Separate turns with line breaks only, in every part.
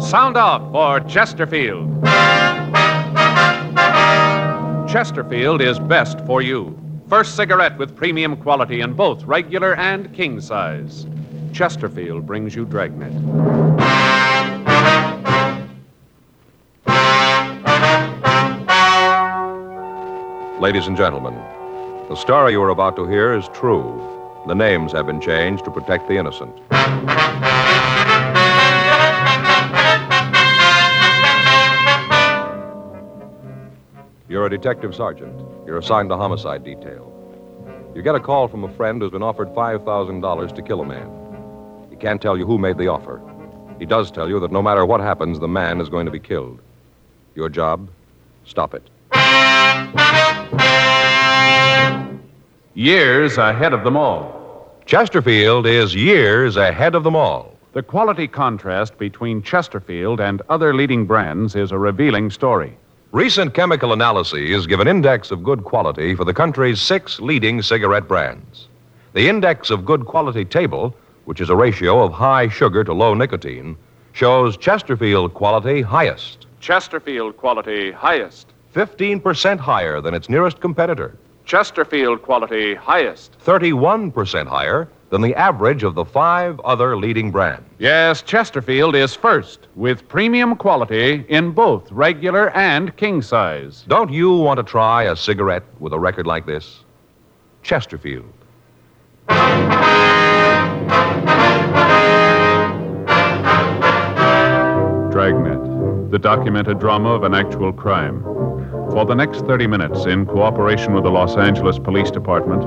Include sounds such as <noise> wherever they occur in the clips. sound out for Chesterfield. Chesterfield is best for you. First cigarette with premium quality in both regular and king size. Chesterfield brings you Dragnet.
Ladies and gentlemen, the story you are about to hear is true. The names have been changed to protect the innocent. You're a detective sergeant. You're assigned to homicide detail. You get a call from a friend who's been offered $5,000 to kill a man. He can't tell you who made the offer. He does tell you that no matter what happens, the man is going to be killed. Your job? Stop it.
Years ahead of them all.
Chesterfield is years ahead of them all.
The quality contrast between Chesterfield and other leading brands is a revealing story.
Recent chemical analyses give an index of good quality for the country's six leading cigarette brands. The index of good quality table, which is a ratio of high sugar to low nicotine, shows Chesterfield quality highest,
Chesterfield quality highest.
15% higher than its nearest competitor,
Chesterfield quality highest.
31% higher than the average of the five other leading brands.
Yes, Chesterfield is first with premium quality in both regular and king size.
Don't you want to try a cigarette with a record like this? Chesterfield.
Dragnet, the documented drama of an actual crime. For the next 30 minutes, in cooperation with the Los Angeles Police Department,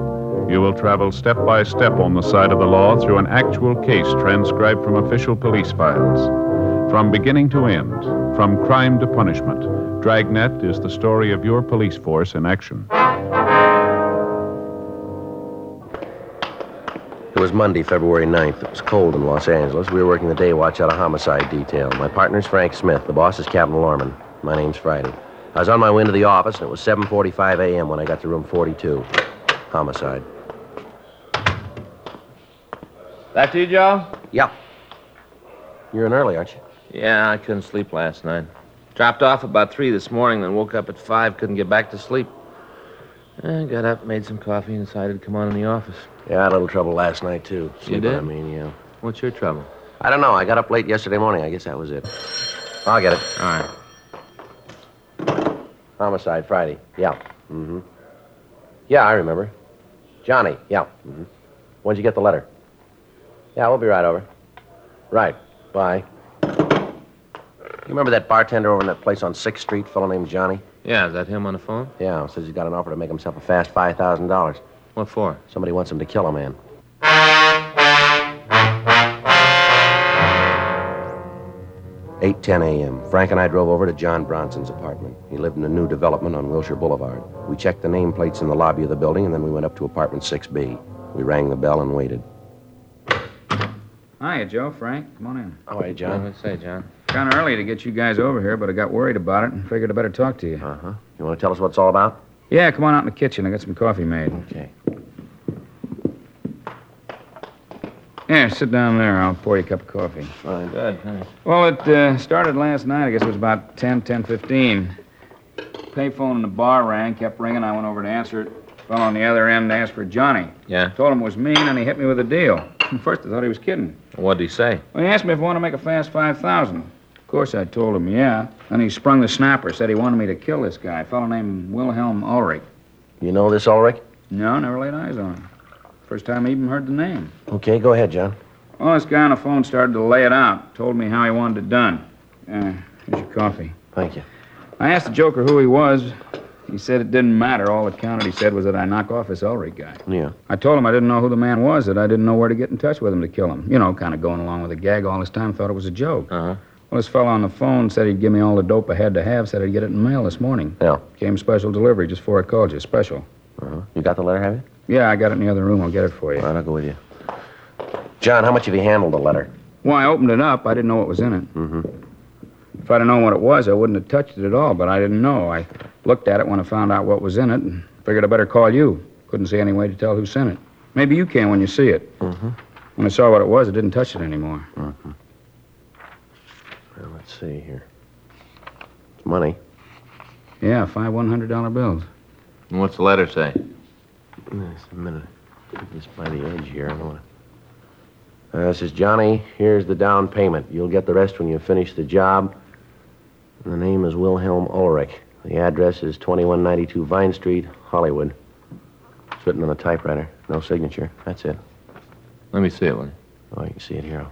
you will travel step by step on the side of the law through an actual case transcribed from official police files. From beginning to end, from crime to punishment, Dragnet is the story of your police force in action.
It was Monday, February 9th. It was cold in Los Angeles. We were working the day watch out of homicide detail. My partner's Frank Smith. The boss is Captain Lorman. My name's Friday. I was on my way into the office, and it was 7.45 a.m. when I got to room 42. Homicide.
That you, Joe?
Yeah. You're in early, aren't you?
Yeah, I couldn't sleep last night. Dropped off about three this morning, then woke up at five, couldn't get back to sleep. I got up, made some coffee, and decided to come on in the office.
Yeah, I had a little trouble last night, too. Sleeping,
did?
I mean, yeah.
What's your trouble?
I don't know. I got up late yesterday morning. I guess that was it. I'll get it.
All right.
Homicide Friday. Yeah. Mm-hmm. Yeah, I remember. Johnny. Yeah. Mm-hmm. When'd you get the letter? Yeah, we'll be right over. Right. Bye. You remember that bartender over in that place on Sixth Street, fellow named Johnny?
Yeah, is that him on the phone?
Yeah, says he's got an offer to make himself a fast five thousand dollars.
What for?
Somebody wants him to kill a man. Eight ten a.m. Frank and I drove over to John Bronson's apartment. He lived in a new development on Wilshire Boulevard. We checked the nameplates in the lobby of the building, and then we went up to apartment 6B. We rang the bell and waited.
Hiya, Joe, Frank. Come on in.
All right,
What do say, John?
Kind of early to get you guys over here, but I got worried about it and figured I better talk to you.
Uh huh. You want to tell us what it's all about?
Yeah, come on out in the kitchen. I got some coffee made.
Okay.
Here, sit down there. I'll pour you a cup of coffee.
Fine.
Good, thanks.
Well, it uh, started last night. I guess it was about 10, 10, 15. Payphone in the bar rang, kept ringing. I went over to answer it. Fell on the other end asked for Johnny.
Yeah?
Told him it was mean, and he hit me with a deal. At first, I thought he was kidding.
What'd he say?
Well, he asked me if I wanted to make a fast 5,000. Of course, I told him, yeah. Then he sprung the snapper, said he wanted me to kill this guy, a fellow named Wilhelm Ulrich.
You know this, Ulrich?
No, never laid eyes on him. First time I even heard the name.
Okay, go ahead, John.
Well, this guy on the phone started to lay it out, told me how he wanted it done. Uh, here's your coffee.
Thank you.
I asked the Joker who he was. He said it didn't matter. All that counted, he said, was that I knock off this Ulrich guy.
Yeah.
I told him I didn't know who the man was, that I didn't know where to get in touch with him to kill him. You know, kind of going along with the gag all this time, thought it was a joke.
Uh-huh.
Well, this fellow on the phone said he'd give me all the dope I had to have, said I'd get it in the mail this morning.
Yeah.
Came special delivery just before I called you. Special.
Uh-huh. You got the letter, have you?
Yeah, I got it in the other room. I'll get it for you.
All right, I'll go with you. John, how much have you handled the letter?
Well, I opened it up. I didn't know what was in it. Mm-hmm. If I'd have known what it was, I wouldn't have touched it at all, but I didn't know. I looked at it when I found out what was in it and figured I better call you. Couldn't see any way to tell who sent it. Maybe you can when you see it. Mm-hmm. When I saw what it was, I didn't touch it anymore.
Well, let's see here. It's money.
Yeah, five $100 bills.
And what's the letter say?
Just a minute. Put this by the edge here. I don't want to. Uh, this is Johnny. Here's the down payment. You'll get the rest when you finish the job. The name is Wilhelm Ulrich. The address is 2192 Vine Street, Hollywood. It's written on a typewriter. No signature. That's it.
Let me see it, will you?
Oh, you can see it here.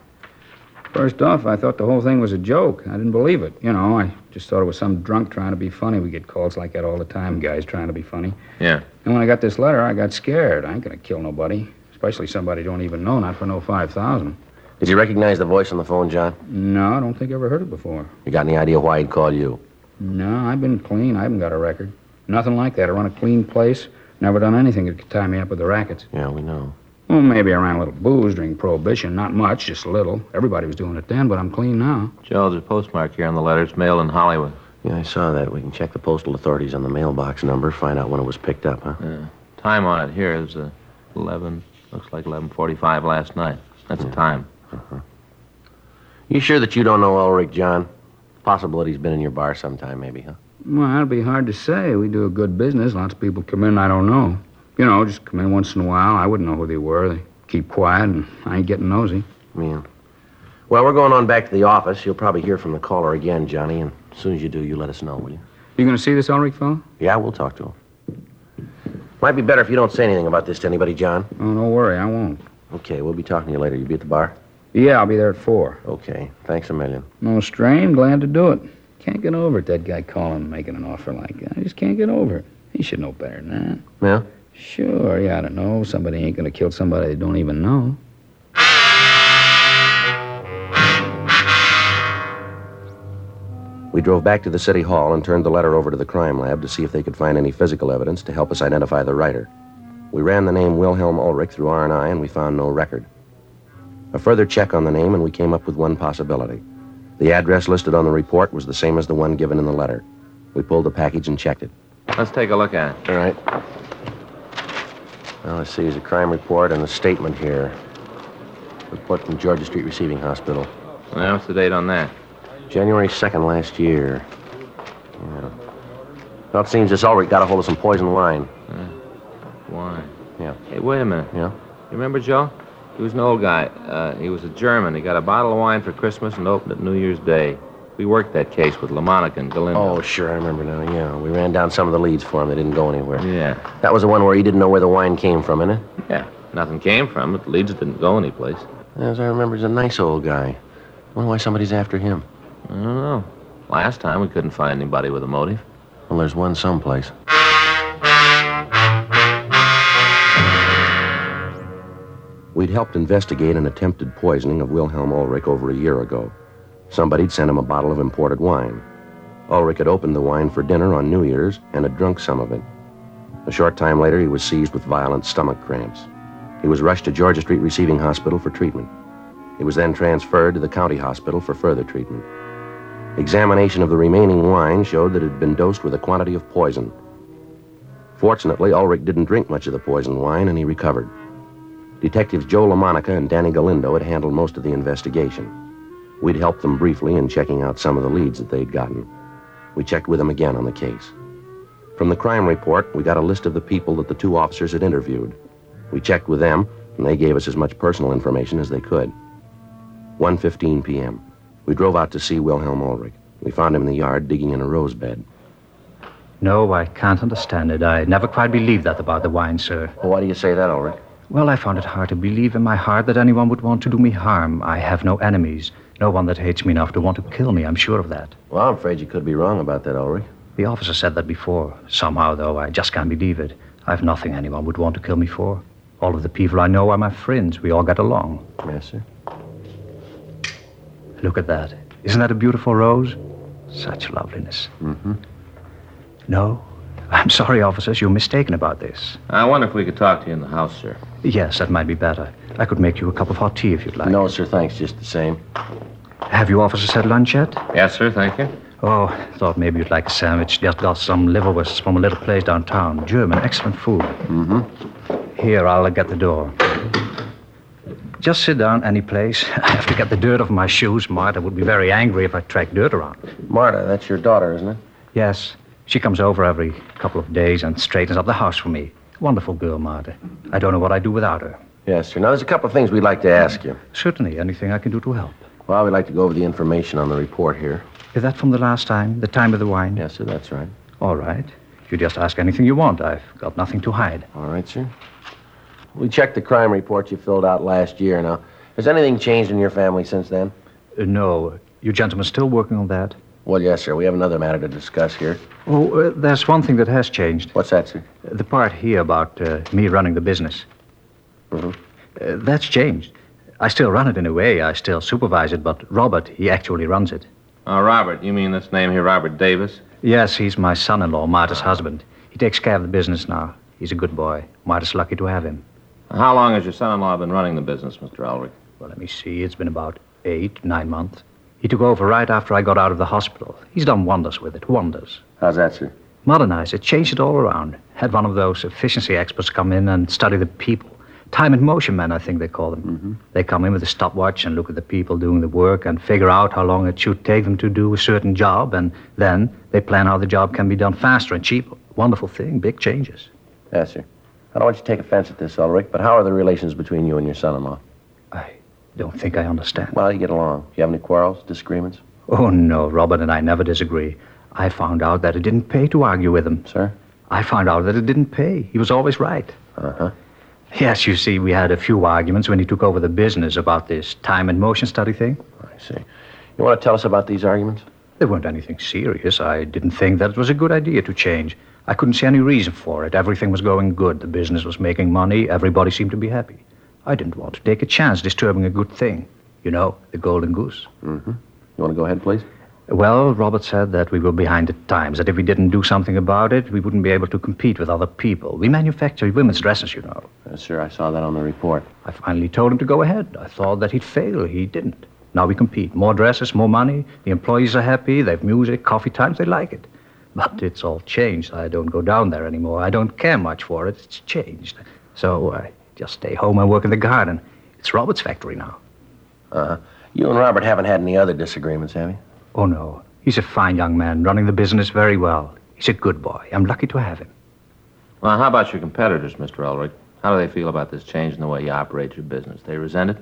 First off, I thought the whole thing was a joke. I didn't believe it. You know, I just thought it was some drunk trying to be funny. We get calls like that all the time, guys trying to be funny.
Yeah.
And when I got this letter, I got scared. I ain't gonna kill nobody, especially somebody I don't even know, not for no 5,000.
Did you recognize the voice on the phone, John?
No, I don't think I ever heard it before.
You got any idea why he'd call you?
No, I've been clean. I haven't got a record. Nothing like that. I run a clean place. Never done anything that could tie me up with the rackets.
Yeah, we know.
Well, maybe I ran a little booze during Prohibition. Not much, just a little. Everybody was doing it then, but I'm clean now.
Joe, there's a postmark here on the letter. It's mailed in Hollywood.
Yeah, I saw that. We can check the postal authorities on the mailbox number, find out when it was picked up, huh?
Time on it here is uh, 11, looks like 11.45 last night. That's the time.
You sure that you don't know Ulrich, John? Possibility he's been in your bar sometime, maybe, huh?
Well, that'd be hard to say. We do a good business. Lots of people come in I don't know. You know, just come in once in a while. I wouldn't know who they were. They keep quiet, and I ain't getting nosy.
Yeah. Well, we're going on back to the office. You'll probably hear from the caller again, Johnny, and as soon as you do, you let us know, will you?
You gonna see this Ulrich fellow?
Yeah, we'll talk to him. Might be better if you don't say anything about this to anybody, John.
Oh, don't worry, I won't.
Okay, we'll be talking to you later. You be at the bar?
Yeah, I'll be there at four.
Okay. Thanks a million.
No strain. Glad to do it. Can't get over it. That guy calling, and making an offer like that. I just can't get over it. He should know better than that.
Yeah?
Sure, yeah, I don't know. Somebody ain't gonna kill somebody they don't even know.
We drove back to the city hall and turned the letter over to the crime lab to see if they could find any physical evidence to help us identify the writer. We ran the name Wilhelm Ulrich through R&I and we found no record. A further check on the name and we came up with one possibility. The address listed on the report was the same as the one given in the letter. We pulled the package and checked it.
Let's take a look at it.
All right. Well, let's see. There's a crime report and a statement here. Report from Georgia Street Receiving Hospital.
Now, what's the date on that?
January 2nd last year. Yeah. Well, it seems this Ulrich got a hold of some poison wine.
Why?
Yeah.
Hey, wait a minute.
Yeah?
You remember Joe? He was an old guy. Uh, he was a German. He got a bottle of wine for Christmas and opened it New Year's Day. We worked that case with LaMonica and
Oh,
Galindo.
sure, I remember now, yeah. We ran down some of the leads for him. They didn't go anywhere.
Yeah.
That was the one where he didn't know where the wine came from, innit?
Yeah. Nothing came from it. The leads didn't go anyplace.
As I remember, he's a nice old guy. wonder why somebody's after him.
I don't know. Last time we couldn't find anybody with a motive.
Well, there's one someplace. We'd helped investigate an attempted poisoning of Wilhelm Ulrich over a year ago. Somebody'd sent him a bottle of imported wine. Ulrich had opened the wine for dinner on New Year's and had drunk some of it. A short time later, he was seized with violent stomach cramps. He was rushed to Georgia Street Receiving Hospital for treatment. He was then transferred to the county hospital for further treatment. Examination of the remaining wine showed that it had been dosed with a quantity of poison. Fortunately, Ulrich didn't drink much of the poison wine and he recovered. Detectives Joe LaMonica and Danny Galindo had handled most of the investigation. We'd helped them briefly in checking out some of the leads that they'd gotten. We checked with them again on the case. From the crime report, we got a list of the people that the two officers had interviewed. We checked with them, and they gave us as much personal information as they could. 1.15 p.m. We drove out to see Wilhelm Ulrich. We found him in the yard digging in a rose bed.
No, I can't understand it. I never quite believed that about the wine, sir.
Well, why do you say that, Ulrich?
Well, I found it hard to believe in my heart that anyone would want to do me harm. I have no enemies. No one that hates me enough to want to kill me, I'm sure of that.
Well, I'm afraid you could be wrong about that, Ulrich.
The officer said that before. Somehow, though, I just can't believe it. I've nothing anyone would want to kill me for. All of the people I know are my friends. We all get along.
Yes, sir.
Look at that. Isn't that a beautiful rose? Such loveliness. Mm-hmm. No? I'm sorry, officers. You're mistaken about this.
I wonder if we could talk to you in the house, sir.
Yes, that might be better. I could make you a cup of hot tea if you'd like.
No, sir, thanks, just the same.
Have you officers had lunch yet?
Yes, sir. Thank you.
Oh, thought maybe you'd like a sandwich. Just got some liverwursts from a little place downtown. German, excellent food. Mm-hmm. Here, I'll get the door. Just sit down any place. <laughs> I have to get the dirt off my shoes. Martha would be very angry if I tracked dirt around.
Marta, that's your daughter, isn't it?
Yes, she comes over every couple of days and straightens up the house for me. Wonderful girl, Martha. I don't know what I'd do without her.
Yes, sir. Now, there's a couple of things we'd like to ask you.
Certainly, anything I can do to help.
Well, we'd like to go over the information on the report here.
Is that from the last time? The time of the wine?
Yes, sir, that's right.
All right. You just ask anything you want. I've got nothing to hide.
All right, sir. We checked the crime report you filled out last year. Now, has anything changed in your family since then?
Uh, no, you gentlemen still working on that?
Well, yes, sir. We have another matter to discuss here.
Oh, uh, there's one thing that has changed.
What's that, sir?
The part here about uh, me running the business. Uh, that's changed. I still run it in a way. I still supervise it, but Robert, he actually runs it.
Oh, Robert, you mean this name here, Robert Davis?
Yes, he's my son-in-law, Marta's husband. He takes care of the business now. He's a good boy. Marta's lucky to have him.
How long has your son-in-law been running the business, Mr. Ulrich?
Well, let me see. It's been about eight, nine months. He took over right after I got out of the hospital. He's done wonders with it, wonders.
How's that, sir?
Modernized it, changed it all around. Had one of those efficiency experts come in and study the people. Time and motion men, I think they call them. They come in with a stopwatch and look at the people doing the work and figure out how long it should take them to do a certain job, and then they plan how the job can be done faster and cheaper. Wonderful thing, big changes.
Yes, sir. I don't want you to take offense at this, Ulrich, but how are the relations between you and your son in law?
I don't think I understand.
Well, you get along. You have any quarrels, disagreements?
Oh, no, Robert and I never disagree. I found out that it didn't pay to argue with him.
Sir?
I found out that it didn't pay. He was always right.
Uh huh.
Yes, you see, we had a few arguments when he took over the business about this time and motion study thing.
I see. You want to tell us about these arguments?
They weren't anything serious. I didn't think that it was a good idea to change. I couldn't see any reason for it. Everything was going good. The business was making money. Everybody seemed to be happy. I didn't want to take a chance disturbing a good thing. You know, the golden goose.
You want to go ahead, please?
Well, Robert said that we were behind the times, that if we didn't do something about it, we wouldn't be able to compete with other people. We manufacture women's dresses, you know.
Yes, Uh, sir. I saw that on the report.
I finally told him to go ahead. I thought that he'd fail. He didn't. Now we compete. More dresses, more money. The employees are happy. They've music, coffee times. They like it. But it's all changed. I don't go down there anymore. I don't care much for it. It's changed. So I just stay home and work in the garden. It's Robert's factory now.
You and Robert haven't had any other disagreements, have you?
Oh, no. He's a fine young man, running the business very well. He's a good boy. I'm lucky to have him.
Well, how about your competitors, Mr. Ulrich? How do they feel about this change in the way you operate your business? They resent it?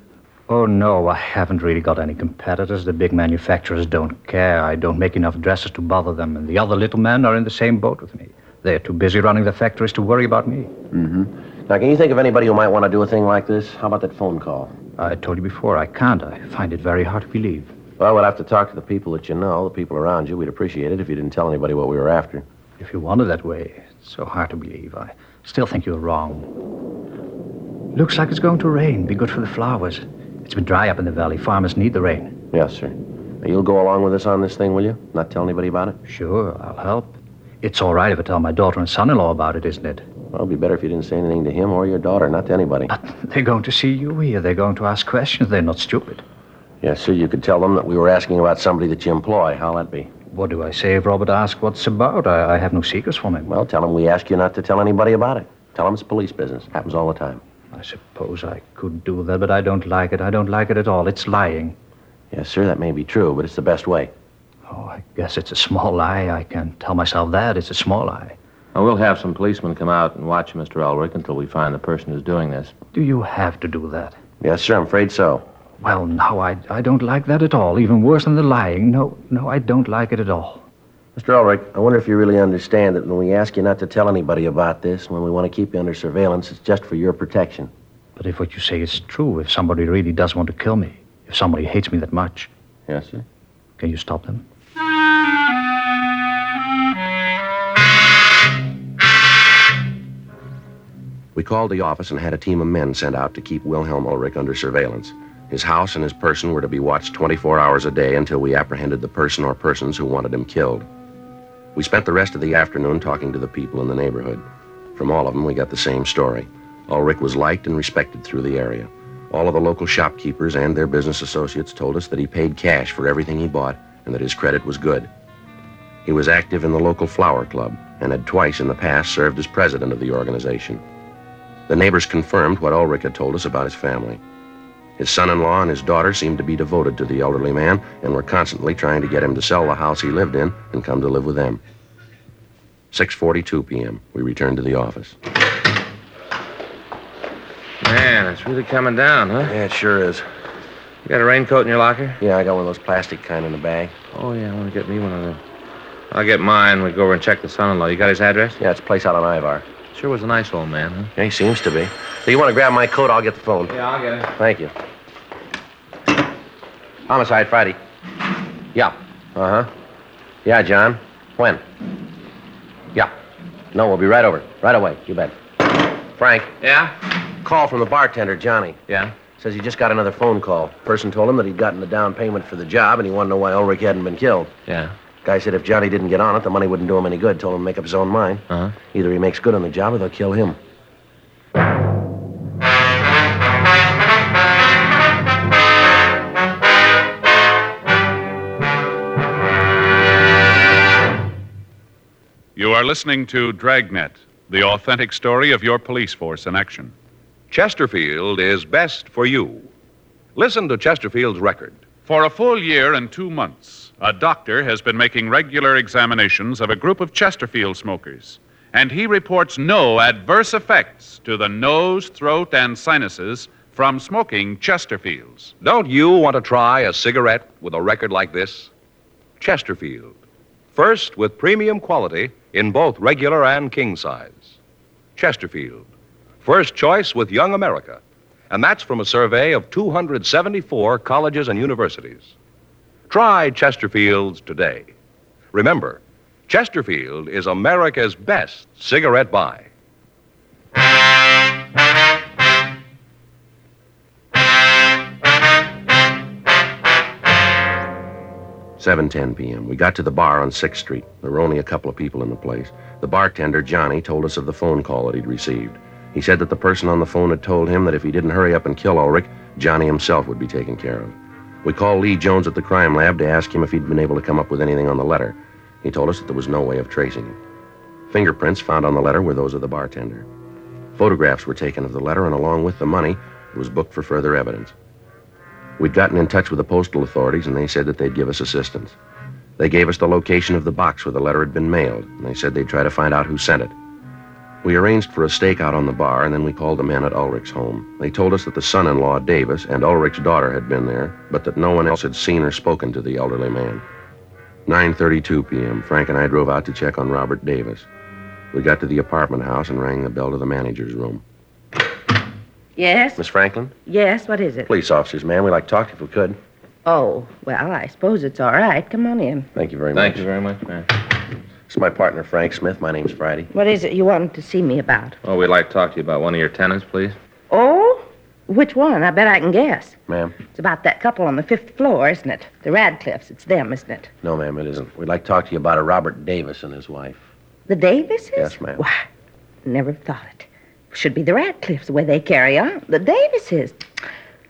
Oh, no, I haven't really got any competitors. The big manufacturers don't care. I don't make enough dresses to bother them, and the other little men are in the same boat with me. They're too busy running their factories to worry about me.
Now, can you think of anybody who might want to do a thing like this? How about that phone call?
I told you before, I can't. I find it very hard to believe.
Well, we'll have to talk to the people that you know, the people around you. We'd appreciate it if you didn't tell anybody what we were after.
If you want it that way, it's so hard to believe. I still think you're wrong. Looks like it's going to rain. Be good for the flowers. It's been dry up in the valley. Farmers need the rain.
Yes, sir. Now, you'll go along with us on this thing, will you? Not tell anybody about it?
Sure, I'll help. It's all right if I tell my daughter and son in law about it, isn't it?
Well, it'd be better if you didn't say anything to him or your daughter, not to anybody.
But they're going to see you here. They're going to ask questions. They're not stupid.
Yes, sir. You could tell them that we were asking about somebody that you employ. How'll that be?
What do I say if Robert asks what's about? I, I have no secrets from him.
Well, tell them we asked you not to tell anybody about it. Tell them it's police business. Happens all the time.
I suppose I could do that, but I don't like it. I don't like it at all. It's lying.
Yes, sir, that may be true, but it's the best way.
Oh, I guess it's a small lie. I can tell myself that. It's a small lie.
Now, we'll have some policemen come out and watch you, Mr. Ulrich, until we find the person who's doing this.
Do you have to do that?
Yes, sir, I'm afraid so.
Well, no, I, I don't like that at all. Even worse than the lying. No, no, I don't like it at all.
Mr. Ulrich, I wonder if you really understand that when we ask you not to tell anybody about this, when we want to keep you under surveillance, it's just for your protection.
But if what you say is true, if somebody really does want to kill me, if somebody hates me that much,
Yes, sir.
can you stop them?
We called the office and had a team of men sent out to keep Wilhelm Ulrich under surveillance. His house and his person were to be watched 24 hours a day until we apprehended the person or persons who wanted him killed. We spent the rest of the afternoon talking to the people in the neighborhood. From all of them, we got the same story. Ulrich was liked and respected through the area. All of the local shopkeepers and their business associates told us that he paid cash for everything he bought and that his credit was good. He was active in the local flower club and had twice in the past served as president of the organization. The neighbors confirmed what Ulrich had told us about his family. His His son in law and his daughter seemed to be devoted to the elderly man and were constantly trying to get him to sell the house he lived in and come to live with them. 6:42 p.m. We returned to the office.
Man, it's really coming down, huh?
Yeah, it sure is.
You got a raincoat in your locker?
Yeah, I got one of those plastic kind in the bag.
Oh, yeah, I want to get me one of them. I'll get mine. We go over and check the son-in-law. You got his address?
Yeah, it's a place out on Ivar.
Sure was a nice old man, huh?
Yeah, he seems to be. So you want to grab my coat? I'll get the phone.
Yeah, I'll get it.
Thank you. Homicide Friday. Yeah. Uh huh. Yeah, John. When? Yeah. No, we'll be right over. Right away. You bet. Frank,
Yeah?
call from the bartender, Johnny.
Yeah.
Says he just got another phone call. Person told him that he'd gotten the down payment for the job and he wanted to know why Ulrich hadn't been killed.
Yeah.
Guy said if Johnny didn't get on it, the money wouldn't do him any good. Told him to make up his own mind.
Uh-huh.
Either he makes good on the job or they'll kill him.
You are listening to Dragnet, the authentic story of your police force in action.
Chesterfield is best for you. Listen to Chesterfield's record.
For a full year and two months, a doctor has been making regular examinations of a group of Chesterfield smokers, and he reports no adverse effects to the nose, throat, and sinuses from smoking Chesterfields.
Don't you want to try a cigarette with a record like this? Chesterfield. First with premium quality in both regular and king size. Chesterfield. First choice with Young America. And that's from a survey of 274 colleges and universities. Try Chesterfield's today. Remember, Chesterfield is America's best cigarette buy.
Seven ten p.m. We got to the bar on Sixth Street. There were only a couple of people in the place. The bartender Johnny told us of the phone call that he'd received. He said that the person on the phone had told him that if he didn't hurry up and kill Ulrich, Johnny himself would be taken care of. We called Lee Jones at the crime lab to ask him if he'd been able to come up with anything on the letter. He told us that there was no way of tracing it. Fingerprints found on the letter were those of the bartender. Photographs were taken of the letter, and along with the money, it was booked for further evidence. We'd gotten in touch with the postal authorities, and they said that they'd give us assistance. They gave us the location of the box where the letter had been mailed, and they said they'd try to find out who sent it. We arranged for a stakeout on the bar, and then we called the men at Ulrich's home. They told us that the son in law, Davis, and Ulrich's daughter had been there, but that no one else had seen or spoken to the elderly man. 9:32 p.m. Frank and I drove out to check on Robert Davis. We got to the apartment house and rang the bell to the manager's room.
Yes?
Miss Franklin,
Yes, what is it?
police officers, ma'am. We'd like to talk to you if we could.
Oh, well, I suppose it's all right. Come on in.
Thank you very much.
Thank you very much, man.
It's my partner, Frank Smith. My name's Friday.
What is it you wanted to see me about?
Oh, we'd like to talk to you about one of your tenants, please.
Oh? Which one? I bet I can guess.
Ma'am?
It's about that couple on the fifth floor, isn't it? The Radcliffs. It's them, isn't it?
No, ma'am, it isn't. We'd like to talk to you about a Robert Davis and his wife.
The Davises?
Yes, ma'am.
Why, never thought it. Should be the Radcliffs, the way they carry on. The Davises.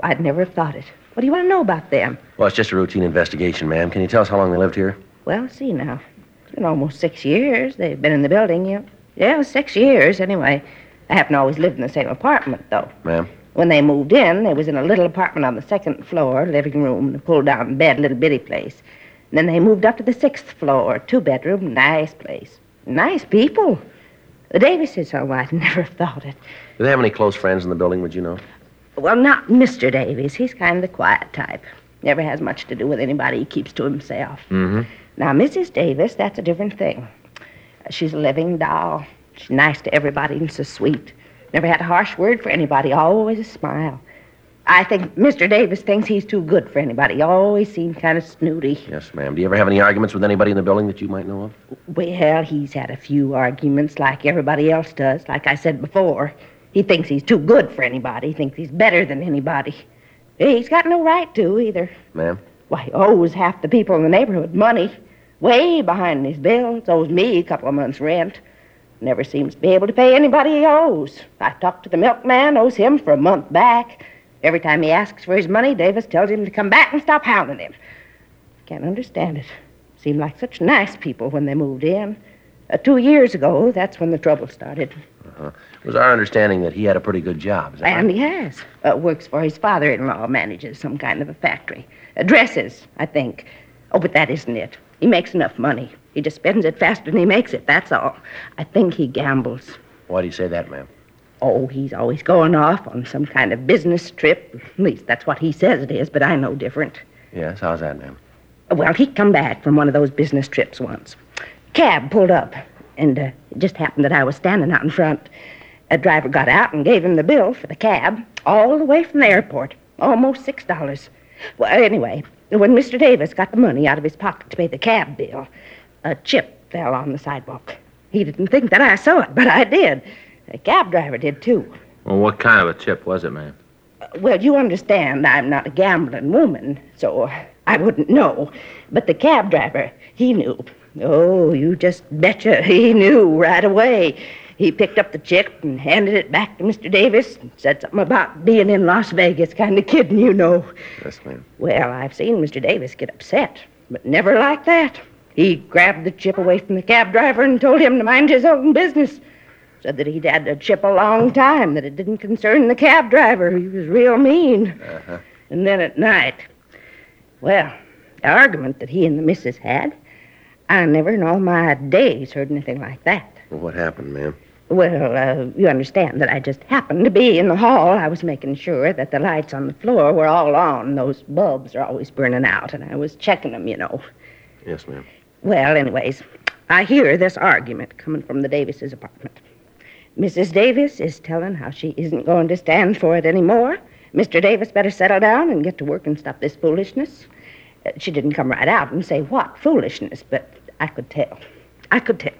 I'd never have thought it. What do you want to know about them?
Well, it's just a routine investigation, ma'am. Can you tell us how long they lived here?
Well, see now. It's been almost six years they've been in the building, yeah. Yeah, six years, anyway. They haven't always lived in the same apartment, though.
Ma'am?
When they moved in, they was in a little apartment on the second floor, living room, and a pull-down bed, little bitty place. And then they moved up to the sixth floor, two-bedroom, nice place. Nice people. The Davises, oh, I'd <laughs> never have thought it.
Do they have any close friends in the building, would you know?
Well, not Mr. Davies. He's kind of the quiet type. Never has much to do with anybody. He keeps to himself.
Mhm.
Now, Mrs. Davis, that's a different thing. Uh, She's a living doll. She's nice to everybody and so sweet. Never had a harsh word for anybody. Always a smile. I think Mr. Davis thinks he's too good for anybody. He always seemed kind of snooty.
Yes, ma'am. Do you ever have any arguments with anybody in the building that you might know of?
Well, he's had a few arguments like everybody else does, like I said before. He thinks he's too good for anybody, he thinks he's better than anybody. Eh, He's got no right to either.
Ma'am?
Why, he owes half the people in the neighborhood money. Way behind his bills, owes me a couple of months' rent. Never seems to be able to pay anybody he owes. I talked to the milkman, owes him for a month back. Every time he asks for his money, Davis tells him to come back and stop hounding him. Can't understand it. Seemed like such nice people when they moved in. Uh, two years ago, that's when the trouble started.
It was our understanding that he had a pretty good job. Is that
And he has. Uh, works for his father in law, manages some kind of a factory. Uh, dresses, I think. Oh, but that isn't it. He makes enough money. He just spends it faster than he makes it, that's all. I think he gambles.
Why do you say that, ma'am?
Oh, he's always going off on some kind of business trip. At least that's what he says it is, but I know different.
Yes, how's that, ma'am?
Well, he'd come back from one of those business trips once. Cab pulled up, and uh, it just happened that I was standing out in front. A driver got out and gave him the bill for the cab, all the way from the airport, almost six dollars. Well, anyway, when Mr. Davis got the money out of his pocket to pay the cab bill, a chip fell on the sidewalk. He didn't think that I saw it, but I did. The cab driver did too.
Well, what kind of a chip was it, ma'am?
Well, you understand, I'm not a gambling woman, so I wouldn't know. But the cab driver, he knew. Oh, you just betcha he knew right away. He picked up the check and handed it back to Mr. Davis and said something about being in Las Vegas, kind of kidding, you know.
Yes, ma'am.
Well, I've seen Mr. Davis get upset, but never like that. He grabbed the chip away from the cab driver and told him to mind his own business. Said that he'd had the chip a long time, that it didn't concern the cab driver. He was real mean. And then at night, well, the argument that he and the missus had, I never in all my days heard anything like that.
Well, what happened, ma'am?
Well, uh, you understand that I just happened to be in the hall. I was making sure that the lights on the floor were all on. Those bulbs are always burning out, and I was checking them, you know.
Yes, ma'am.
Well, anyways, I hear this argument coming from the Davises' apartment. Mrs. Davis is telling how she isn't going to stand for it anymore. Mr. Davis better settle down and get to work and stop this foolishness. Uh, She didn't come right out and say what foolishness, but I could tell. I could tell.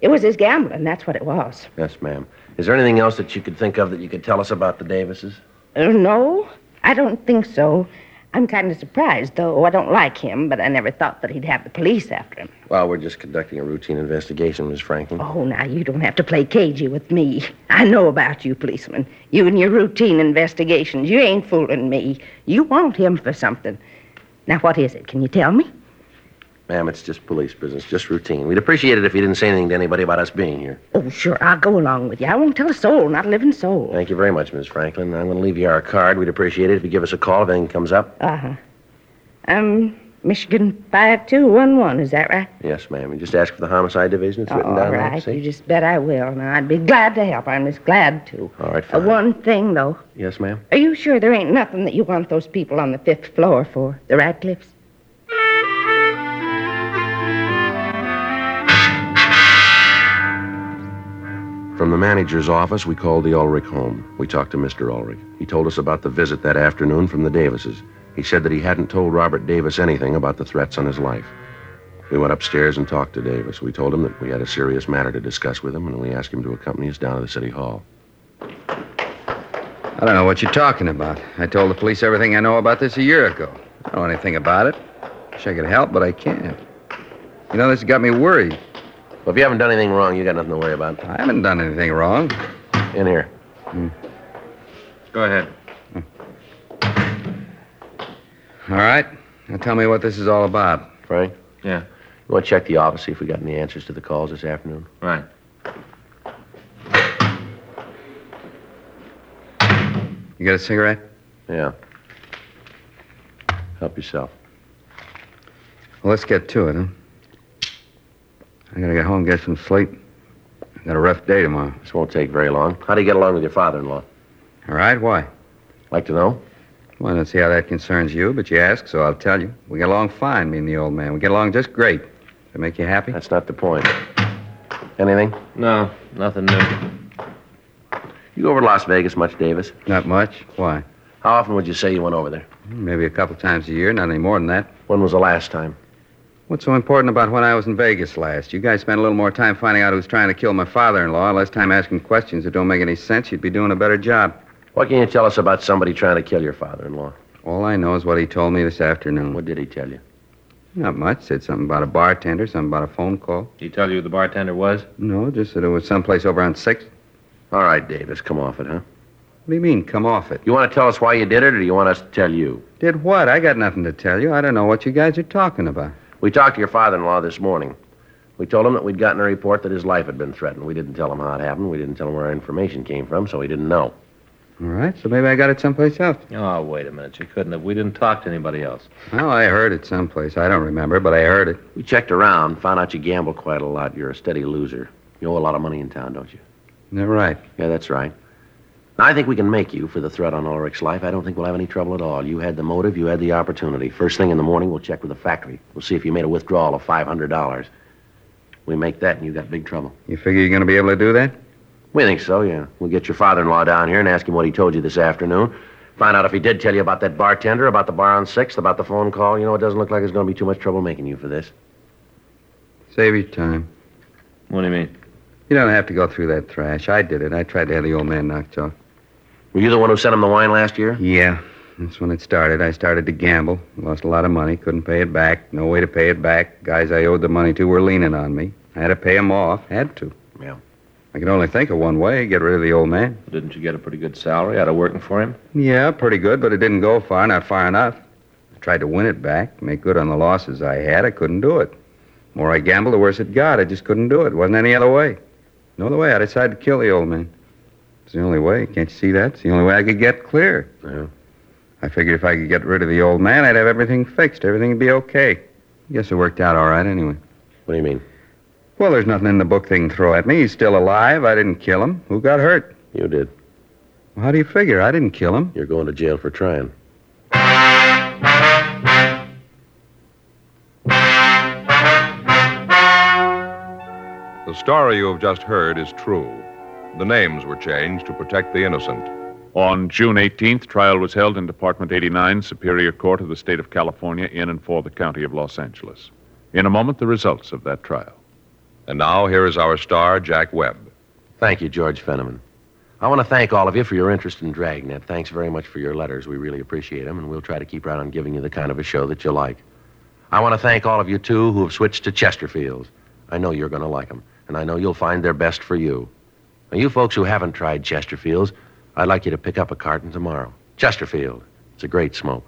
It was his gambling, that's what it was.
Yes, ma'am. Is there anything else that you could think of that you could tell us about the Davises?
Uh, no, I don't think so. I'm kind of surprised, though. I don't like him, but I never thought that he'd have the police after him.
Well, we're just conducting a routine investigation, Miss Franklin.
Oh, now you don't have to play cagey with me. I know about you, policeman. You and your routine investigations. You ain't fooling me. You want him for something. Now, what is it? Can you tell me?
Ma'am, it's just police business, just routine. We'd appreciate it if you didn't say anything to anybody about us being here.
Oh, sure, I'll go along with you. I won't tell a soul, not a living soul.
Thank you very much, Miss Franklin. I'm going to leave you our card. We'd appreciate it if you give us a call if anything comes up.
Uh huh. Um, Michigan 5211, is that right?
Yes, ma'am. You just ask for the homicide division. It's written
All
down
right,
there.
you
See?
just bet I will. Now, I'd be glad to help. I'm just glad to.
All right,
Uh,
fine.
one thing, though.
Yes, ma'am.
Are you sure there ain't nothing that you want those people on the fifth floor for? The Radcliffs?
From the manager's office, we called the Ulrich home. We talked to Mr. Ulrich. He told us about the visit that afternoon from the Davises. He said that he hadn't told Robert Davis anything about the threats on his life. We went upstairs and talked to Davis. We told him that we had a serious matter to discuss with him, and we asked him to accompany us down to the city hall.
I don't know what you're talking about. I told the police everything I know about this a year ago. I don't know anything about it. Wish I could help, but I can't. You know, this has got me worried.
Well, if you haven't done anything wrong, you got nothing to worry about.
I haven't done anything wrong.
In here.
Go ahead.
All right. Now tell me what this is all about.
Frank?
Yeah.
You want to check the office, see if we got any answers to the calls this afternoon?
Right.
You got a cigarette?
Yeah. Help yourself.
Well, let's get to it, huh? I gotta get home, get some sleep. I got a rough day tomorrow.
This won't take very long. How do you get along with your father-in-law?
All right, why?
Like to know?
Well, I don't see how that concerns you, but you ask, so I'll tell you. We get along fine, me and the old man. We get along just great. Does that make you happy?
That's not the point. Anything?
No, nothing new.
You go over to Las Vegas much, Davis?
Not much. Why?
How often would you say you went over there?
Maybe a couple times a year, not any more than that.
When was the last time?
What's so important about when I was in Vegas last? You guys spent a little more time finding out who's trying to kill my father-in-law, less time asking questions that don't make any sense. You'd be doing a better job.
What can you tell us about somebody trying to kill your father-in-law?
All I know is what he told me this afternoon.
What did he tell you?
Not much. Said something about a bartender, something about a phone call.
Did he tell you who the bartender was?
No, just that it was someplace over on 6th. What
All right, Davis, come off it, huh?
do you mean, come off it?
You want to tell us why you did it, or do you want us to tell you?
Did what? I got nothing to tell you. I don't know what you guys are talking about.
We talked to your father-in-law this morning. We told him that we'd gotten a report that his life had been threatened. We didn't tell him how it happened. We didn't tell him where our information came from, so he didn't know.
All right, so maybe I got it someplace else.
Oh, wait a minute. You couldn't have. We didn't talk to anybody else.
Well, I heard it someplace. I don't remember, but I heard it.
We checked around, found out you gamble quite a lot. You're a steady loser. You owe a lot of money in town, don't you?
You're right.
Yeah, that's right. Now, I think we can make you for the threat on Ulrich's life. I don't think we'll have any trouble at all. You had the motive, you had the opportunity. First thing in the morning, we'll check with the factory. We'll see if you made a withdrawal of $500. We make that, and you got big trouble.
You figure you're going to be able to do that?
We think so, yeah. We'll get your father in law down here and ask him what he told you this afternoon. Find out if he did tell you about that bartender, about the bar on 6th, about the phone call. You know, it doesn't look like it's going to be too much trouble making you for this.
Save your time.
What do you mean?
You don't have to go through that trash. I did it. I tried to have the old man knocked off.
Were you the one who sent him the wine last year?
Yeah, that's when it started. I started to gamble. Lost a lot of money. Couldn't pay it back. No way to pay it back. Guys I owed the money to were leaning on me. I had to pay 'em off. Had to.
Yeah.
I could only think of one way get rid of the old man.
Didn't you get a pretty good salary out of working for him?
Yeah, pretty good, but it didn't go far, not far enough. I tried to win it back, make good on the losses I had. I couldn't do it. The more I gambled, the worse it got. I just couldn't do it. Wasn't any other way. No other way. I decided to kill the old man. It's the only way. Can't you see that? It's the only way I could get clear.
Yeah.
I figured if I could get rid of the old man, I'd have everything fixed. Everything would be okay. Guess it worked out all right anyway.
What do you mean?
Well, there's nothing in the book they can throw at me. He's still alive. I didn't kill him. Who got hurt?
You did.
Well, how do you figure? I didn't kill him.
You're going to jail for trying.
The story you have just heard is true. The names were changed to protect the innocent.
On June 18th, trial was held in Department 89, Superior Court of the State of California, in and for the County of Los Angeles. In a moment, the results of that trial.
And now here is our star, Jack Webb.
Thank you, George Fenneman. I want to thank all of you for your interest in Dragnet. Thanks very much for your letters. We really appreciate them, and we'll try to keep right on giving you the kind of a show that you like. I want to thank all of you, too, who have switched to Chesterfields. I know you're going to like them, and I know you'll find they're best for you. Now, you folks who haven't tried Chesterfields, I'd like you to pick up a carton tomorrow. Chesterfield. It's a great smoke.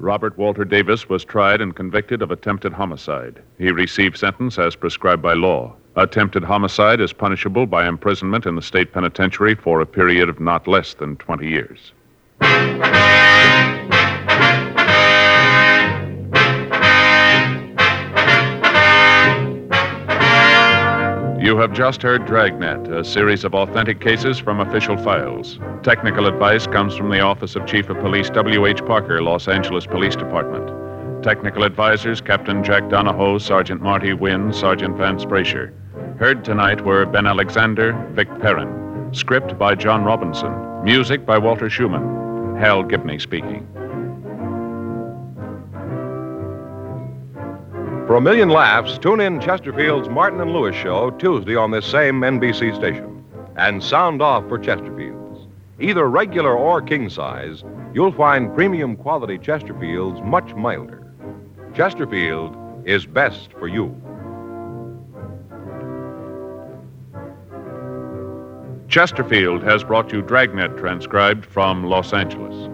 Robert Walter Davis was tried and convicted of attempted homicide. He received sentence as prescribed by law. Attempted homicide is punishable by imprisonment in the state penitentiary for a period of not less than 20 years. You have just heard Dragnet, a series of authentic cases from official files. Technical advice comes from the Office of Chief of Police W.H. Parker, Los Angeles Police Department. Technical advisors Captain Jack Donahoe, Sergeant Marty Wynn, Sergeant Vance Brasher. Heard tonight were Ben Alexander, Vic Perrin. Script by John Robinson. Music by Walter Schumann. Hal Gibney speaking.
For a million laughs, tune in Chesterfield's Martin and Lewis show Tuesday on this same NBC station. And sound off for Chesterfields. Either regular or king size, you'll find premium quality Chesterfields much milder. Chesterfield is best for you.
Chesterfield has brought you Dragnet transcribed from Los Angeles.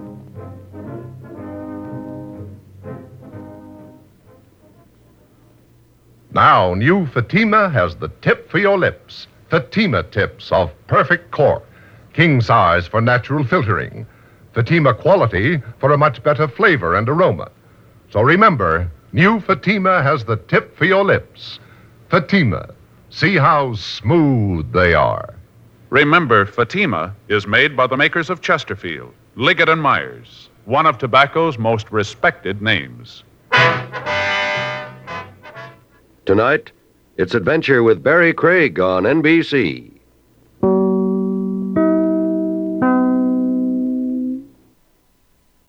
Now, new Fatima has the tip for your lips. Fatima tips of perfect cork. King size for natural filtering. Fatima quality for a much better flavor and aroma. So remember, new Fatima has the tip for your lips. Fatima. See how smooth they are.
Remember, Fatima is made by the makers of Chesterfield, Liggett and Myers, one of tobacco's most respected names.
Tonight, it's Adventure with Barry Craig on NBC.